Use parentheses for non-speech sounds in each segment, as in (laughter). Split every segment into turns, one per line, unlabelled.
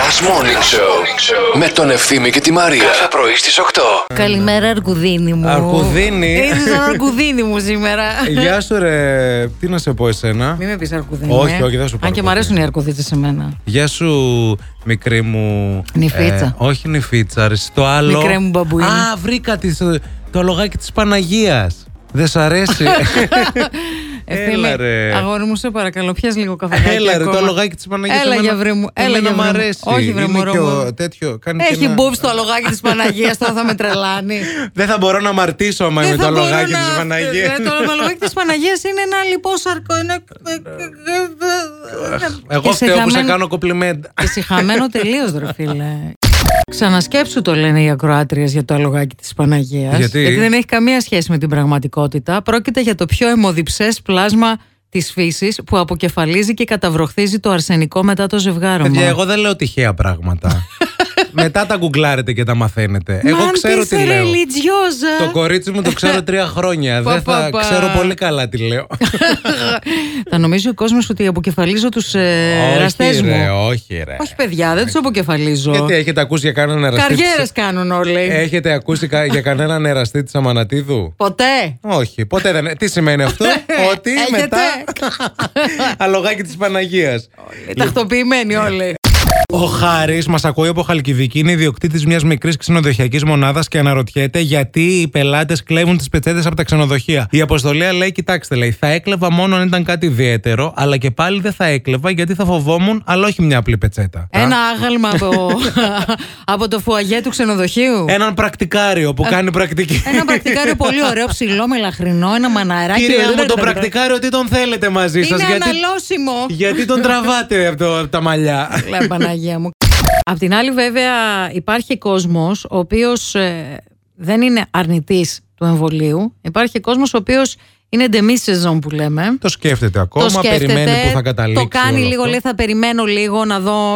Last Morning Show με τον Ευθύμη και τη Μαρία. Κάθε πρωί στις 8.
Ναι.
Καλημέρα, Αρκουδίνη μου.
Αρκουδίνη.
Είσαι σαν Αρκουδίνη μου σήμερα.
(laughs) Ε, Γεια σου ρε, τι να σε πω εσένα.
Μην με πεις Αρκουδίνη.
Όχι,
ε.
όχι, δεν σου πω
Αν και
Αρκουδίνη.
μου αρέσουν οι Αρκουδίτε σε μένα.
Γεια σου μικρή μου...
Νηφίτσα.
ε, όχι νηφίτσα, ρε, το άλλο...
Μικρέ μου μπαμπουίνι.
Α, βρήκα τις, ε, το λογάκι της Παναγίας. Δεν σ'
(laughs)
αρέσει.
Ευθύμη,
ρε.
Ε, Αγόρι μου, σε παρακαλώ, πιες λίγο καφεδάκι
Έλα ρε, το
ακόμα.
αλογάκι της Παναγίας.
Έλα
εμένα-
για βρε μου. Έλα
εμένα
για
μ'
βρε μου.
αρέσει.
Όχι βρε
Είναι
μωρό
και ο-
μου.
τέτοιο, κάνει και
Έχει
ένα-
μπούμπ το αλογάκι της Παναγίας, τώρα θα με
(laughs)
τρελάνει.
Δεν θα μπορώ να μαρτήσω άμα είναι το
μπορώ
αλογάκι
να-
της Παναγίας.
Ε, Το αλογάκι της Παναγίας είναι ένα λιπόσαρκο.
(laughs)
Ένα...
Εγώ
Και
φταίω που σε
χαμένο-
κάνω κοπλιμέντα.
Και συχαμένο τελείως, ρε φίλε. Ξανασκέψου το λένε οι ακροάτριες για το αλογάκι της Παναγίας.
Γιατί?
δεν έχει καμία σχέση με την πραγματικότητα. Πρόκειται για το πιο αιμοδιψέ πλάσμα της φύσης που αποκεφαλίζει και καταβροχθίζει το αρσενικό μετά το ζευγάρωμα.
Παιδιά, Ε, εγώ δεν λέω τυχαία
(laughs)
πράγματα. Μετά τα γκουγκλάρετε και τα μαθαίνετε. εγώ
Μα
ξέρω
αν
τι λέω.
ρελιτζιόζα.
Το κορίτσι μου το
(laughs)
ξέρω τρία χρόνια.
Πα,
δεν
πα,
θα
πα.
ξέρω πολύ καλά τι
(laughs)
λέω.
Θα νομίζει ο κόσμος ότι αποκεφαλίζω τους ε,
όχι,
εραστές
ρε,
μου.
όχι, ρε.
Όχι, παιδιά, δεν τους αποκεφαλίζω.
Γιατί Ε, έχετε ακούσει για κανέναν εραστή. της-
Καριέρες κάνουν όλοι.
Έχετε ακούσει κα- για κανέναν εραστή της Αμανατίδου.
Ποτέ.
Όχι, ποτέ δεν. Τι σημαίνει
(laughs)
αυτό, Ότι
Έχετε.
μετά. (laughs) Αλογάκι της Παναγίας. ε,
Τακτοποιημένοι όλοι.
Ο Χάρης μας ακούει από Χαλκιδική, είναι ιδιοκτήτης μιας μικρής ξενοδοχειακής μονάδας και αναρωτιέται γιατί οι πελάτες κλέβουν τις πετσέτες από τα ξενοδοχεία. Η αποστολή λέει: Κοιτάξτε, λέει, θα έκλεβα μόνο αν ήταν κάτι ιδιαίτερο, αλλά και πάλι δεν θα έκλεβα γιατί θα φοβόμουν, αλλά όχι μια απλή πετσέτα.
Ένα άγαλμα
(laughs)
από, από το φουαγέ του ξενοδοχείου.
Έναν πρακτικάριο που κάνει πρακτική.
Ένα Ε,
(laughs)
πρακτικάριο πολύ ωραίο, ψηλό, μελαχρινό, ένα μαναράκι.
Κυρία μου, τον πρακτικάριο τι τον θέλετε μαζί σα,
Είναι
γιατί, (laughs)
αναλώσιμο.
γιατί τον τραβάτε από, το- από τα
(laughs)
μαλλιά.
Λέ, Παναγία μου. Απ' την άλλη, βέβαια, υπάρχει κόσμος ο οποίος δεν είναι αρνητής του εμβολίου. Υπάρχει κόσμος ο οποίος είναι demi-saison που λέμε.
Το σκέφτεται ακόμα,
το σκέφτεται,
περιμένει που θα καταλήξει.
Το κάνει
όλο
λίγο,
αυτό.
λέει, θα περιμένω λίγο να δω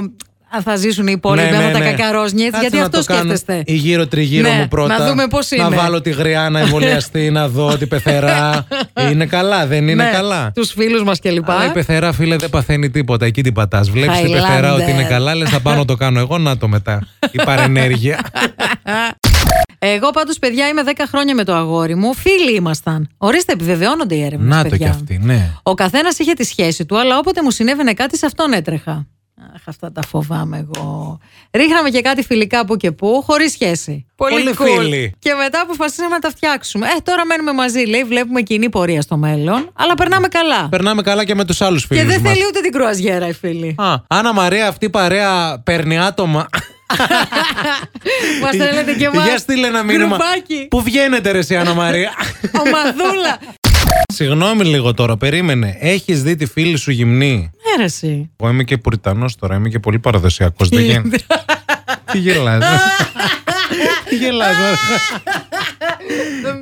αν θα ζήσουν οι υπόλοιποι,
Ναι,
άμα
ναι,
τα
ναι.
κακαρόσνια.
Κάτσε
Γιατί
να
αυτό
το κάνω
σκέφτεστε.
Η γύρω-τριγύρω
Ναι,
μου πρώτα.
να δούμε πώς
Να
είναι.
βάλω τη γριά να εμβολιαστεί, να δω την
(laughs)
πεθερά. είναι καλά, δεν είναι
ναι,
καλά.
Τους φίλους μας κλπ.
Αλλά η πεθερά, φίλε, δεν παθαίνει τίποτα. Εκεί την πατάς. Βλέπεις την πεθερά
Χαϊλάντερ.
ότι είναι καλά, λες θα πάνω το κάνω εγώ. Να το μετά. Η
(laughs)
παρενέργεια.
Εγώ πάντως, παιδιά, είμαι 10 χρόνια με το αγόρι μου. Φίλοι ήμασταν. Ορίστε, επιβεβαιώνονται οι έρευνες.
να το κι αυτή, ναι.
Ο καθένας είχε τη σχέση του, αλλά όποτε μου συνέβαινε κάτι, σε αυτόν έτρεχα. Αχ, αυτά τα φοβάμαι εγώ. Ρίχναμε και κάτι φιλικά που και που, χωρίς σχέση.
Πολύ
cool.
φίλοι.
Και μετά αποφασίσαμε να τα φτιάξουμε. Ε, τώρα μένουμε μαζί, λέει, βλέπουμε κοινή πορεία στο μέλλον, αλλά περνάμε καλά.
Περνάμε καλά και με τους άλλους φίλου.
και δεν θέλει ούτε την κρουαζιέρα, οι
(laughs)
φίλοι.
Α, Άννα Μαρία, αυτή η παρέα παίρνει άτομα.
Μας θέλετε και εμά.
Για στείλε ένα μήνυμα. Πού βγαίνετε, ρε, εσύ, Άννα Μαρία.
(laughs)
(laughs)
Ομαδούλα.
Συγγνώμη λίγο τώρα, περίμενε. Έχεις δει τη φίλη σου γυμνή.
Έρεση.
Εγώ είμαι και πουριτανός τώρα, είμαι και πολύ παραδοσιακός. Δεν γίνεται. Τι γελάς ε? Τι γελάς ε?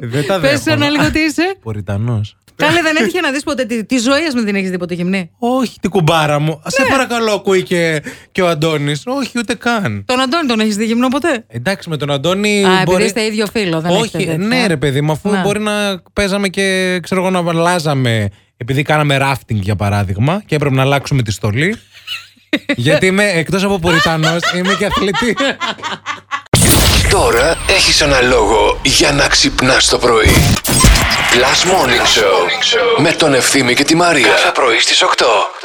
Δεν τα
Πες ένα
δέχομαι.
λίγο τι
(laughs)
είσαι.
Πουριτανός.
Καλέ, δεν έτυχε να δεις ποτέ τη, τη ζωή, ας μην την έχεις δει ποτέ γυμνή.
Όχι την κουμπάρα μου.
Ναι.
Σε παρακαλώ, ακούει και, και ο Αντώνης. Όχι, ούτε καν.
Τον Αντώνη τον έχεις δει γυμνό ποτέ.
Εντάξει, με τον Αντώνη.
Α, επειδή είστε ίδιο φίλο, δεν έχετε
Ε, Όχι,
τέτοια.
ναι, ρε παιδί μου, αφού
Να.
μπορεί να παίζαμε και ξέρω εγώ να αλλάζαμε. Επειδή κάναμε ράφτινγκ για παράδειγμα και έπρεπε να αλλάξουμε τη
(laughs)
στολή. Γιατί είμαι εκτός από Πουριτανός, είμαι και αθλητή.
Τώρα έχεις ένα λόγο για να ξυπνάς το πρωί. Last Morning Show με τον Ευθύμη και τη Μαρία. Κάθε πρωί στις 8.